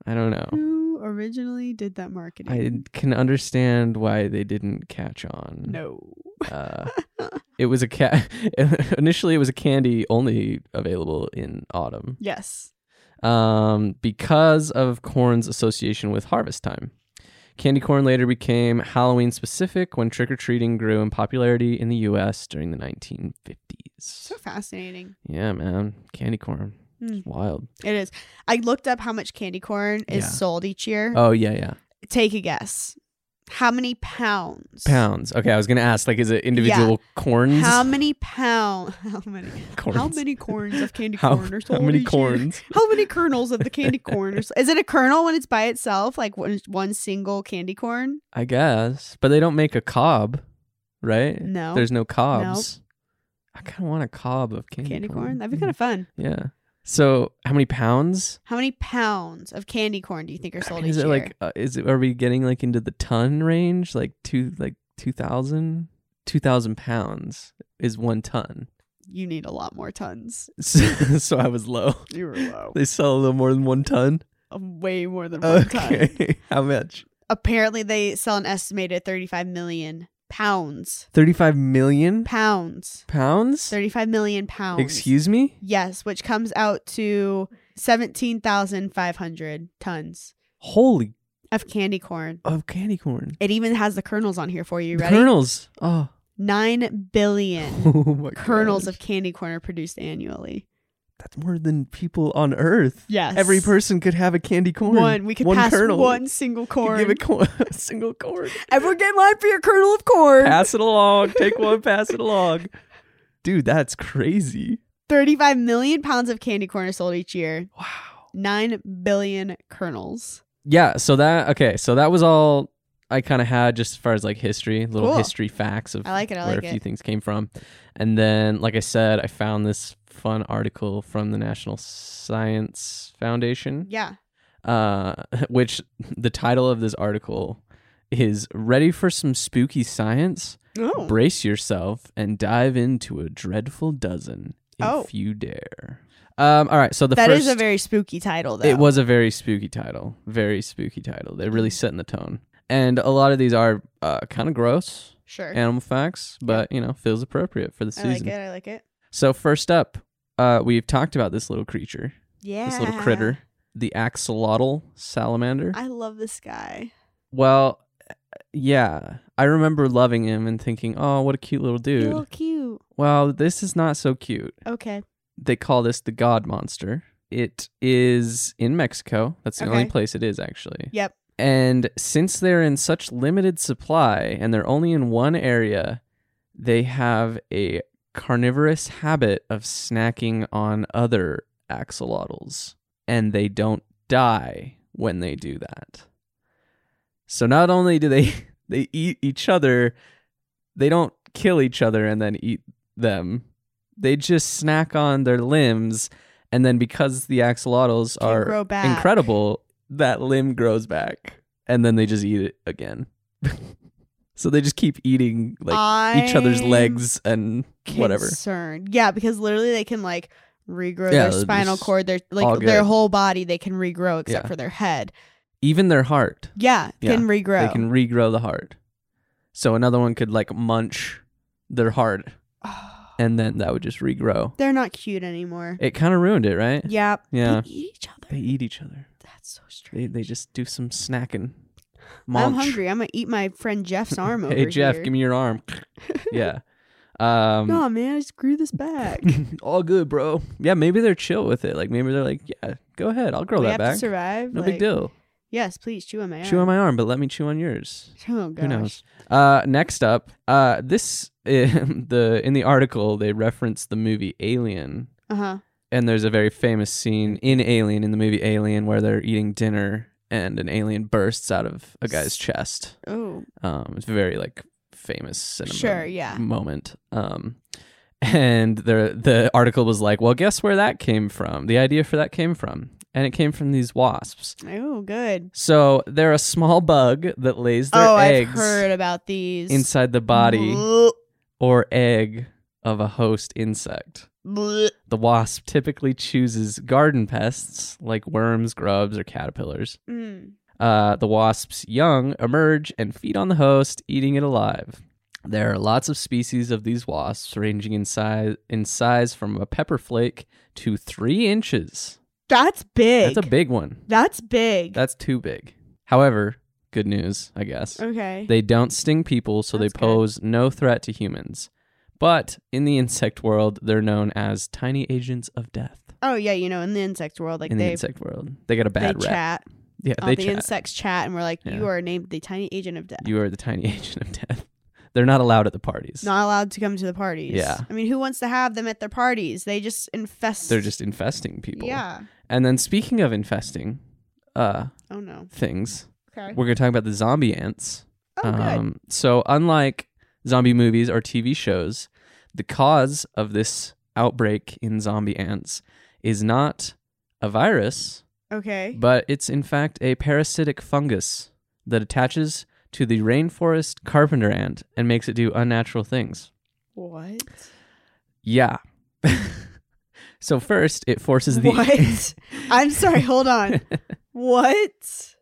[SPEAKER 1] I don't know.
[SPEAKER 2] Who originally did that marketing?
[SPEAKER 1] I can understand why they didn't catch on.
[SPEAKER 2] no.
[SPEAKER 1] Uh, it was a cat. initially, it was a candy only available in autumn,
[SPEAKER 2] Yes.
[SPEAKER 1] um, because of corn's association with harvest time. Candy corn later became Halloween specific when trick or treating grew in popularity in the U.S. during the 1950s.
[SPEAKER 2] So fascinating.
[SPEAKER 1] Yeah, man, candy corn,
[SPEAKER 2] Mm.
[SPEAKER 1] it's wild.
[SPEAKER 2] It is. I looked up how much candy corn is
[SPEAKER 1] Yeah.
[SPEAKER 2] sold each year.
[SPEAKER 1] Oh yeah, yeah.
[SPEAKER 2] Take a guess. How many pounds?
[SPEAKER 1] Pounds. Okay, I was gonna ask, like, is it individual corns?
[SPEAKER 2] How many pounds? How many?
[SPEAKER 1] corns?
[SPEAKER 2] How many corns of candy
[SPEAKER 1] How-
[SPEAKER 2] corn
[SPEAKER 1] how
[SPEAKER 2] are sold
[SPEAKER 1] many
[SPEAKER 2] each year?
[SPEAKER 1] corns?
[SPEAKER 2] How many kernels of the candy corn? Are, s- is it a kernel when it's by itself, like one, one single candy corn?
[SPEAKER 1] I guess, but they don't make a cob, right?
[SPEAKER 2] No.
[SPEAKER 1] There's no cobs. I kind of want a cob of candy, Mm-hmm.
[SPEAKER 2] Candy corn. That'd be kind of fun.
[SPEAKER 1] Yeah. So, how many pounds?
[SPEAKER 2] How many pounds of candy corn do you think are
[SPEAKER 1] I
[SPEAKER 2] sold
[SPEAKER 1] mean, is
[SPEAKER 2] each
[SPEAKER 1] it
[SPEAKER 2] year?
[SPEAKER 1] like uh, is it are we getting like into the ton range? Like two like 2000 2000 pounds is 1 ton.
[SPEAKER 2] you need a lot more tons.
[SPEAKER 1] So, so I was low.
[SPEAKER 2] You were low.
[SPEAKER 1] They sell a little more than 1 ton.
[SPEAKER 2] Way more than one ton.
[SPEAKER 1] Okay. how much?
[SPEAKER 2] Apparently, they sell an estimated 35 million pounds.
[SPEAKER 1] 35 million
[SPEAKER 2] Pounds.
[SPEAKER 1] pounds?
[SPEAKER 2] 35 million pounds.
[SPEAKER 1] Excuse me?
[SPEAKER 2] Yes, which comes out to 17,500 tons
[SPEAKER 1] Holy
[SPEAKER 2] of candy corn.
[SPEAKER 1] of candy corn.
[SPEAKER 2] It even has the kernels on here for you.
[SPEAKER 1] The
[SPEAKER 2] Ready?
[SPEAKER 1] Kernels. Oh.
[SPEAKER 2] 9 billion
[SPEAKER 1] Oh my
[SPEAKER 2] kernels
[SPEAKER 1] gosh.
[SPEAKER 2] of candy corn are produced annually.
[SPEAKER 1] that's more than people on Earth.
[SPEAKER 2] Yes.
[SPEAKER 1] Every person could have a candy corn.
[SPEAKER 2] One. We could
[SPEAKER 1] one
[SPEAKER 2] pass
[SPEAKER 1] kernel.
[SPEAKER 2] one single
[SPEAKER 1] Could
[SPEAKER 2] corn.
[SPEAKER 1] Give a, corn, a single corn.
[SPEAKER 2] Everyone get in line for your kernel of corn.
[SPEAKER 1] pass it along. Take one. Pass it along. Dude, that's crazy.
[SPEAKER 2] 35 million pounds of candy corn are sold each year.
[SPEAKER 1] Wow.
[SPEAKER 2] 9 billion kernels.
[SPEAKER 1] Yeah. So that okay. So that was all I kind of had just as far as like history, little
[SPEAKER 2] Cool.
[SPEAKER 1] history facts of
[SPEAKER 2] I like it, I
[SPEAKER 1] where
[SPEAKER 2] like
[SPEAKER 1] a few
[SPEAKER 2] it.
[SPEAKER 1] things came from, and then like I said, I found this fun article from the National Science Foundation.
[SPEAKER 2] Yeah.
[SPEAKER 1] uh, which the title of this article is Ready for Some Spooky Science?
[SPEAKER 2] Oh.
[SPEAKER 1] Brace yourself and dive into a dreadful dozen if
[SPEAKER 2] Oh.
[SPEAKER 1] you dare. Um, all right, so the
[SPEAKER 2] That
[SPEAKER 1] first
[SPEAKER 2] is a very spooky title, though.
[SPEAKER 1] it was a very spooky title, very spooky title. They're really setting the tone. And a lot of these are uh, kind of gross
[SPEAKER 2] Sure.
[SPEAKER 1] animal facts, but you know, feels appropriate for the
[SPEAKER 2] I
[SPEAKER 1] season.
[SPEAKER 2] like it. I like it.
[SPEAKER 1] So first up, uh, we've talked about this little creature,
[SPEAKER 2] Yeah.
[SPEAKER 1] this little critter, the axolotl salamander.
[SPEAKER 2] I love this guy.
[SPEAKER 1] Well, yeah. I remember loving him and thinking, oh, what a cute little
[SPEAKER 2] He's
[SPEAKER 1] dude.
[SPEAKER 2] a little cute.
[SPEAKER 1] Well, this is not so cute.
[SPEAKER 2] Okay.
[SPEAKER 1] They call this the God Monster. It is in Mexico. That's the only
[SPEAKER 2] Okay.
[SPEAKER 1] place it is, actually.
[SPEAKER 2] Yep.
[SPEAKER 1] And since they're in such limited supply and they're only in one area, they have a carnivorous habit of snacking on other axolotls and they don't die when they do that. So not only do they they eat each other, they don't kill each other and then eat them. They just snack on their lims and then because the axolotls
[SPEAKER 2] Can
[SPEAKER 1] are
[SPEAKER 2] grow back.
[SPEAKER 1] incredible that limb grows back and then they just eat it again So they just keep eating like each other's
[SPEAKER 2] I'm
[SPEAKER 1] legs and whatever.
[SPEAKER 2] Concerned. Yeah, because literally they can like regrow
[SPEAKER 1] Yeah,
[SPEAKER 2] their
[SPEAKER 1] they'll
[SPEAKER 2] spinal
[SPEAKER 1] just
[SPEAKER 2] cord, their
[SPEAKER 1] all
[SPEAKER 2] like their
[SPEAKER 1] good.
[SPEAKER 2] whole body they can regrow except
[SPEAKER 1] Yeah.
[SPEAKER 2] for their head.
[SPEAKER 1] Even their heart.
[SPEAKER 2] Yeah,
[SPEAKER 1] Yeah,
[SPEAKER 2] can regrow.
[SPEAKER 1] They can regrow the heart. So another one could like munch their heart and then that would just regrow.
[SPEAKER 2] They're not cute anymore.
[SPEAKER 1] It kind of ruined it, right?
[SPEAKER 2] yeah.
[SPEAKER 1] Yeah.
[SPEAKER 2] They eat each other.
[SPEAKER 1] They eat each other.
[SPEAKER 2] That's so strange.
[SPEAKER 1] They they just do some snacking.
[SPEAKER 2] I'm
[SPEAKER 1] Munch.
[SPEAKER 2] hungry. I'm gonna eat my friend Jeff's arm over
[SPEAKER 1] Hey Jeff,
[SPEAKER 2] here.
[SPEAKER 1] give me your arm. yeah. Um
[SPEAKER 2] No, man, I just grew this back.
[SPEAKER 1] all good, bro. Yeah, maybe they're chill with it. Like maybe they're like, yeah, go ahead, I'll grow
[SPEAKER 2] we
[SPEAKER 1] that
[SPEAKER 2] have
[SPEAKER 1] back.
[SPEAKER 2] to survive.
[SPEAKER 1] No
[SPEAKER 2] like-
[SPEAKER 1] big deal.
[SPEAKER 2] Yes, please chew on my
[SPEAKER 1] Chew on
[SPEAKER 2] arm.
[SPEAKER 1] my arm, but let me chew on yours.
[SPEAKER 2] Oh gosh.
[SPEAKER 1] Who knows? Uh, next up, uh, this the in the article they reference the movie Alien,
[SPEAKER 2] Uh huh.
[SPEAKER 1] and there's a very famous scene in Alien in the movie Alien where they're eating dinner and an alien bursts out of a guy's chest.
[SPEAKER 2] Oh,
[SPEAKER 1] Um, it's very like famous cinema
[SPEAKER 2] Sure, yeah.
[SPEAKER 1] moment. Um, and the the article was like, well, guess where that came from? The idea for that came from, and it came from these wasps.
[SPEAKER 2] oh, good.
[SPEAKER 1] So they're a small bug that lays their
[SPEAKER 2] oh,
[SPEAKER 1] eggs
[SPEAKER 2] I've heard about these.
[SPEAKER 1] inside the body
[SPEAKER 2] Blech,
[SPEAKER 1] or egg of a host insect.
[SPEAKER 2] blech.
[SPEAKER 1] The wasp typically chooses garden pests like worms, grubs, or caterpillars.
[SPEAKER 2] Mm.
[SPEAKER 1] Uh, the wasp's young emerge and feed on the host, eating it alive. There are lots of species of these wasps, ranging in size in size from a pepper flake to three inches.
[SPEAKER 2] That's big.
[SPEAKER 1] That's a big one.
[SPEAKER 2] That's big.
[SPEAKER 1] That's too big. However, good news, I guess.
[SPEAKER 2] okay.
[SPEAKER 1] They don't sting people, so
[SPEAKER 2] That's
[SPEAKER 1] they
[SPEAKER 2] good.
[SPEAKER 1] pose no threat to humans. But in the insect world, they're known as tiny agents of death.
[SPEAKER 2] oh yeah, you know, in the insect world, like
[SPEAKER 1] in the
[SPEAKER 2] they
[SPEAKER 1] insect world, they got a
[SPEAKER 2] they
[SPEAKER 1] bad rap.
[SPEAKER 2] chat.
[SPEAKER 1] Yeah,
[SPEAKER 2] All
[SPEAKER 1] they
[SPEAKER 2] the
[SPEAKER 1] chat.
[SPEAKER 2] insects chat, and we're like,
[SPEAKER 1] Yeah.
[SPEAKER 2] you are named the tiny agent of death.
[SPEAKER 1] you are the tiny agent of death. They're not allowed at the parties.
[SPEAKER 2] Not allowed to come to the parties.
[SPEAKER 1] Yeah.
[SPEAKER 2] I mean, who wants to have them at their parties? They just infest.
[SPEAKER 1] They're just infesting people.
[SPEAKER 2] Yeah.
[SPEAKER 1] And then speaking of infesting uh,
[SPEAKER 2] Oh no.
[SPEAKER 1] things, we're
[SPEAKER 2] Okay.
[SPEAKER 1] um, going to talk about the zombie ants.
[SPEAKER 2] Oh good.
[SPEAKER 1] so, unlike zombie movies or TV shows, the cause of this outbreak in zombie ants is not a virus,
[SPEAKER 2] Okay.
[SPEAKER 1] but it's in fact a parasitic fungus that attaches to the rainforest carpenter ant and makes it do unnatural things.
[SPEAKER 2] What?
[SPEAKER 1] Yeah. so, first, it forces the.
[SPEAKER 2] What? I'm sorry. Hold on. what?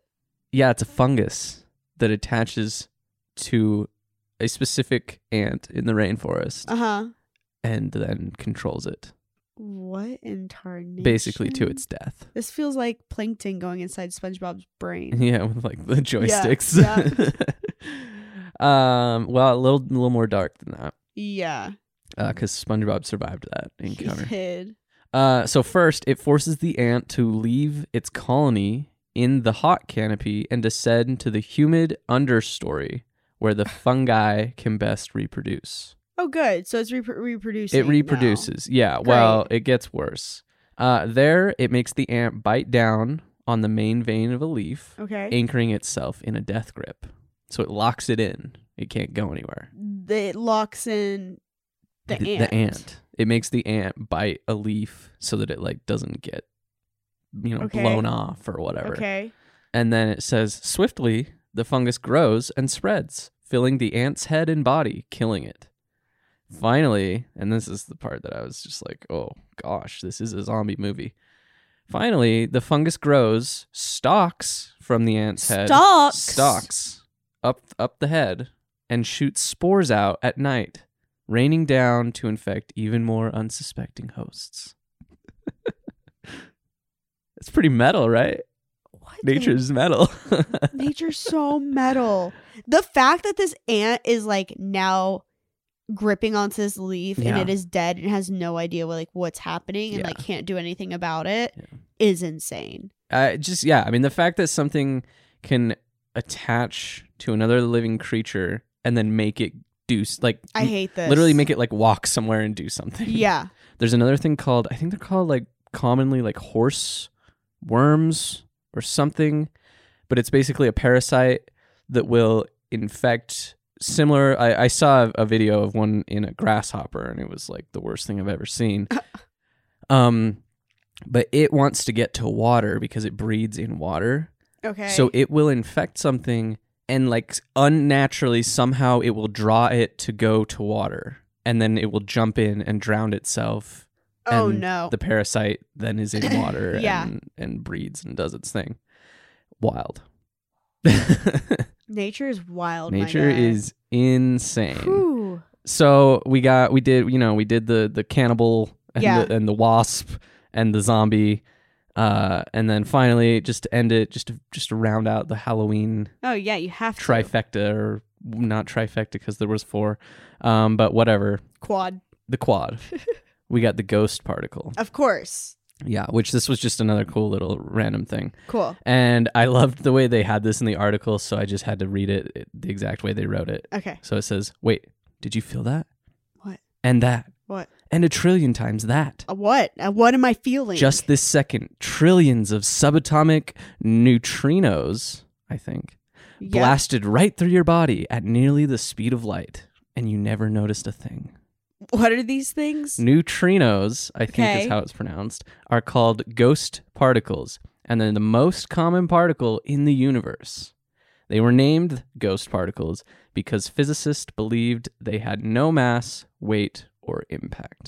[SPEAKER 1] yeah, it's a fungus that attaches to a specific ant in the rainforest
[SPEAKER 2] Uh huh.
[SPEAKER 1] and then controls it.
[SPEAKER 2] What in tarnation?
[SPEAKER 1] basically to its death.
[SPEAKER 2] This feels like plankton going inside SpongeBob's brain.
[SPEAKER 1] Yeah, with like the joysticks. um, well, a little, little more dark than that,
[SPEAKER 2] Yeah.
[SPEAKER 1] because SpongeBob survived that
[SPEAKER 2] He
[SPEAKER 1] encounter.
[SPEAKER 2] did.
[SPEAKER 1] uh, so first, it forces the ant to leave its colony in the hot canopy and descend to the humid understory, where the fungi can best reproduce.
[SPEAKER 2] Oh, good. So it's repro reproducing.
[SPEAKER 1] It
[SPEAKER 2] now.
[SPEAKER 1] reproduces. Yeah. Well, it gets worse. Uh, there, it makes the ant bite down on the main vein of a leaf,
[SPEAKER 2] Okay.
[SPEAKER 1] anchoring itself in a death grip. So it locks it in. It can't go anywhere.
[SPEAKER 2] The- it locks in the
[SPEAKER 1] Th-
[SPEAKER 2] ant.
[SPEAKER 1] The ant. It makes the ant bite a leaf so that it like doesn't get, you know,
[SPEAKER 2] Okay.
[SPEAKER 1] blown off or whatever.
[SPEAKER 2] Okay.
[SPEAKER 1] And then it says swiftly the fungus grows and spreads, filling the ant's head and body, killing it. Finally, and this is the part that I was just like, oh gosh, this is a zombie movie. Finally, the fungus grows, stalks from the ant's head,
[SPEAKER 2] Stalks.
[SPEAKER 1] stalks up up the head, and shoots spores out at night, raining down to infect even more unsuspecting hosts. it's pretty metal, right?
[SPEAKER 2] What the-
[SPEAKER 1] Nature's metal.
[SPEAKER 2] Nature's so metal. The fact that this ant is like now gripping onto this leaf and
[SPEAKER 1] Yeah.
[SPEAKER 2] it is dead and has no idea what, like what's happening and
[SPEAKER 1] Yeah.
[SPEAKER 2] like can't do anything about it is
[SPEAKER 1] Yeah.
[SPEAKER 2] insane.
[SPEAKER 1] I just yeah, I mean the fact that something can attach to another living creature and then make it do s- like
[SPEAKER 2] I hate this.
[SPEAKER 1] literally make it like walk somewhere and do something.
[SPEAKER 2] Yeah.
[SPEAKER 1] There's another thing called I think they're called like commonly like horse worms or something, but it's basically a parasite that will infect similar I, I saw a video of one in a grasshopper and it was like the worst thing I've ever seen. um but it wants to get to water because it breeds in water.
[SPEAKER 2] Okay.
[SPEAKER 1] So it will infect something and like unnaturally somehow it will draw it to go to water and then it will jump in and drown itself
[SPEAKER 2] Oh
[SPEAKER 1] and
[SPEAKER 2] no.
[SPEAKER 1] the parasite then is in water
[SPEAKER 2] Yeah.
[SPEAKER 1] and, and breeds and does its thing wild
[SPEAKER 2] Nature is wild. my
[SPEAKER 1] nature
[SPEAKER 2] guy.
[SPEAKER 1] is insane
[SPEAKER 2] Whew.
[SPEAKER 1] so we got we did you know we did the the cannibal and,
[SPEAKER 2] Yeah.
[SPEAKER 1] the, and the wasp and the zombie uh and then finally just to end it just to, just to round out the halloween
[SPEAKER 2] Oh yeah, you have to.
[SPEAKER 1] trifecta or not trifecta because there was four um but whatever
[SPEAKER 2] Quad,
[SPEAKER 1] the quad we got the ghost particle
[SPEAKER 2] of course.
[SPEAKER 1] yeah which this was just another cool little random thing
[SPEAKER 2] Cool.
[SPEAKER 1] and i loved the way they had this in the article so i just had to read it the exact way they wrote it
[SPEAKER 2] Okay.
[SPEAKER 1] so it says wait did you feel that
[SPEAKER 2] What?
[SPEAKER 1] and that
[SPEAKER 2] What?
[SPEAKER 1] and a trillion times that
[SPEAKER 2] A what? A what am I feeling?
[SPEAKER 1] just this second trillions of subatomic neutrinos i think
[SPEAKER 2] Yeah.
[SPEAKER 1] blasted right through your body at nearly the speed of light, and you never noticed a thing.
[SPEAKER 2] What are these things?
[SPEAKER 1] Neutrinos, I think
[SPEAKER 2] Okay.
[SPEAKER 1] is how it's pronounced, are called ghost particles, and they're the most common particle in the universe. They were named ghost particles because physicists believed they had no mass, weight, or impact.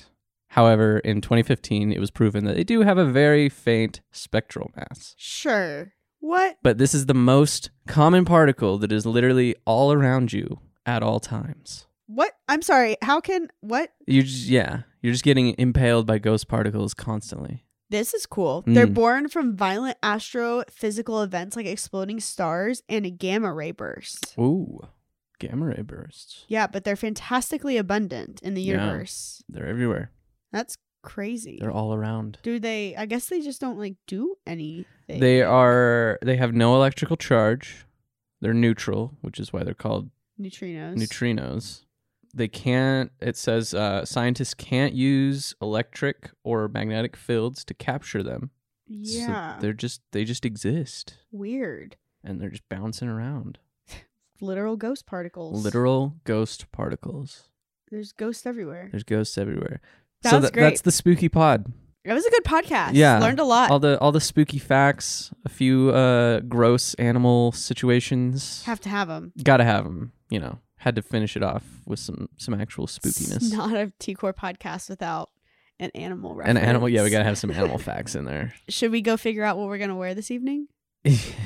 [SPEAKER 1] However, in 2015, it was proven that they do have a very faint spectral mass.
[SPEAKER 2] Sure. What?
[SPEAKER 1] But this is the most common particle that is literally all around you at all times.
[SPEAKER 2] What? I'm sorry. How can what?
[SPEAKER 1] You just, yeah, you're just getting impaled by ghost particles constantly.
[SPEAKER 2] This is cool. They're
[SPEAKER 1] Mm.
[SPEAKER 2] born from violent astrophysical events like exploding stars and a gamma ray burst.
[SPEAKER 1] Ooh, gamma ray bursts.
[SPEAKER 2] Yeah, but they're fantastically abundant in the
[SPEAKER 1] Yeah.
[SPEAKER 2] universe.
[SPEAKER 1] They're everywhere.
[SPEAKER 2] That's crazy.
[SPEAKER 1] They're all around.
[SPEAKER 2] Do they? I guess they just don't like do anything.
[SPEAKER 1] They are they have no electrical charge. They're neutral, which is why they're called
[SPEAKER 2] neutrinos.
[SPEAKER 1] neutrinos. They can't it says uh, scientists can't use electric or magnetic fields to capture them. So
[SPEAKER 2] yeah.
[SPEAKER 1] they're just they just exist.
[SPEAKER 2] Weird.
[SPEAKER 1] and they're just bouncing around.
[SPEAKER 2] Literal ghost particles.
[SPEAKER 1] Literal ghost particles.
[SPEAKER 2] There's ghosts everywhere.
[SPEAKER 1] There's ghosts everywhere.
[SPEAKER 2] That
[SPEAKER 1] so
[SPEAKER 2] was
[SPEAKER 1] that,
[SPEAKER 2] great.
[SPEAKER 1] that's the spooky pod.
[SPEAKER 2] It was a good podcast.
[SPEAKER 1] Yeah.
[SPEAKER 2] Learned a lot.
[SPEAKER 1] All the all the spooky facts, a few uh gross animal situations.
[SPEAKER 2] Have to have them.
[SPEAKER 1] Got to have them, you know. Had to finish it off with some some actual spookiness.
[SPEAKER 2] It's not a T Core podcast without an animal
[SPEAKER 1] An
[SPEAKER 2] reference.
[SPEAKER 1] animal, yeah, we got to have some animal facts in there.
[SPEAKER 2] Should we go figure out what we're gonna wear this evening?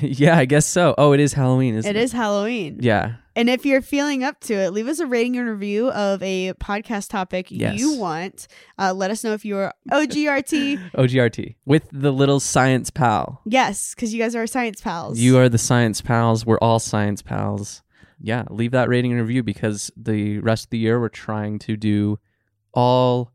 [SPEAKER 1] yeah, I guess so. Oh, it is Halloween, isn't it?
[SPEAKER 2] it is Halloween.
[SPEAKER 1] Yeah.
[SPEAKER 2] And if you're feeling up to it, leave us a rating and review of a podcast topic
[SPEAKER 1] Yes.
[SPEAKER 2] you want. Uh, let us know if you're OGRT.
[SPEAKER 1] OGRT with the little science pal.
[SPEAKER 2] yes, because you guys are our science pals.
[SPEAKER 1] You are the science pals. We're all science pals. Yeah, leave that rating and review because the rest of the year we're trying to do all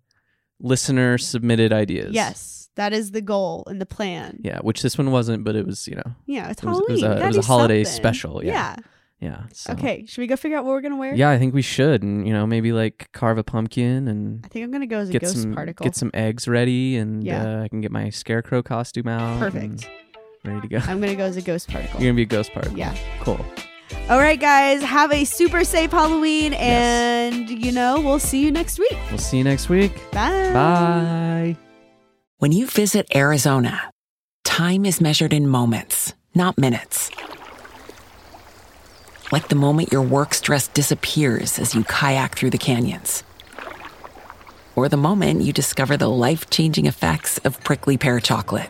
[SPEAKER 1] listener submitted ideas.
[SPEAKER 2] Yes, that is the goal and the plan. Yeah,
[SPEAKER 1] Yeah, which this one wasn't, but it was, you know,
[SPEAKER 2] it's
[SPEAKER 1] It was-
[SPEAKER 2] Halloween.
[SPEAKER 1] it was a- it
[SPEAKER 2] Gotta
[SPEAKER 1] was a
[SPEAKER 2] do
[SPEAKER 1] holiday
[SPEAKER 2] something.
[SPEAKER 1] special, yeah. yeah. so-
[SPEAKER 2] Okay, should we go figure out what we're gonna wear?
[SPEAKER 1] Yeah, I think we should, and you know, maybe like carve a pumpkin and
[SPEAKER 2] I think I'm gonna go as a
[SPEAKER 1] get
[SPEAKER 2] ghost
[SPEAKER 1] some
[SPEAKER 2] particle.
[SPEAKER 1] get some eggs ready, and
[SPEAKER 2] Yeah.
[SPEAKER 1] uh, I can get my scarecrow costume out. and
[SPEAKER 2] Perfect.
[SPEAKER 1] Ready to go.
[SPEAKER 2] I'm gonna go as a ghost particle.
[SPEAKER 1] You're gonna be a ghost part.
[SPEAKER 2] Yeah.
[SPEAKER 1] Cool.
[SPEAKER 2] All right, guys, have a super safe Halloween, and you know we'll see you next week.
[SPEAKER 1] We'll see you next week.
[SPEAKER 2] Bye.
[SPEAKER 1] Bye.
[SPEAKER 3] When you visit Arizona, time is measured in moments, not minutes. Like the moment your work stress disappears as you kayak through the canyons, or the moment you discover the life changing effects of prickly pear chocolate.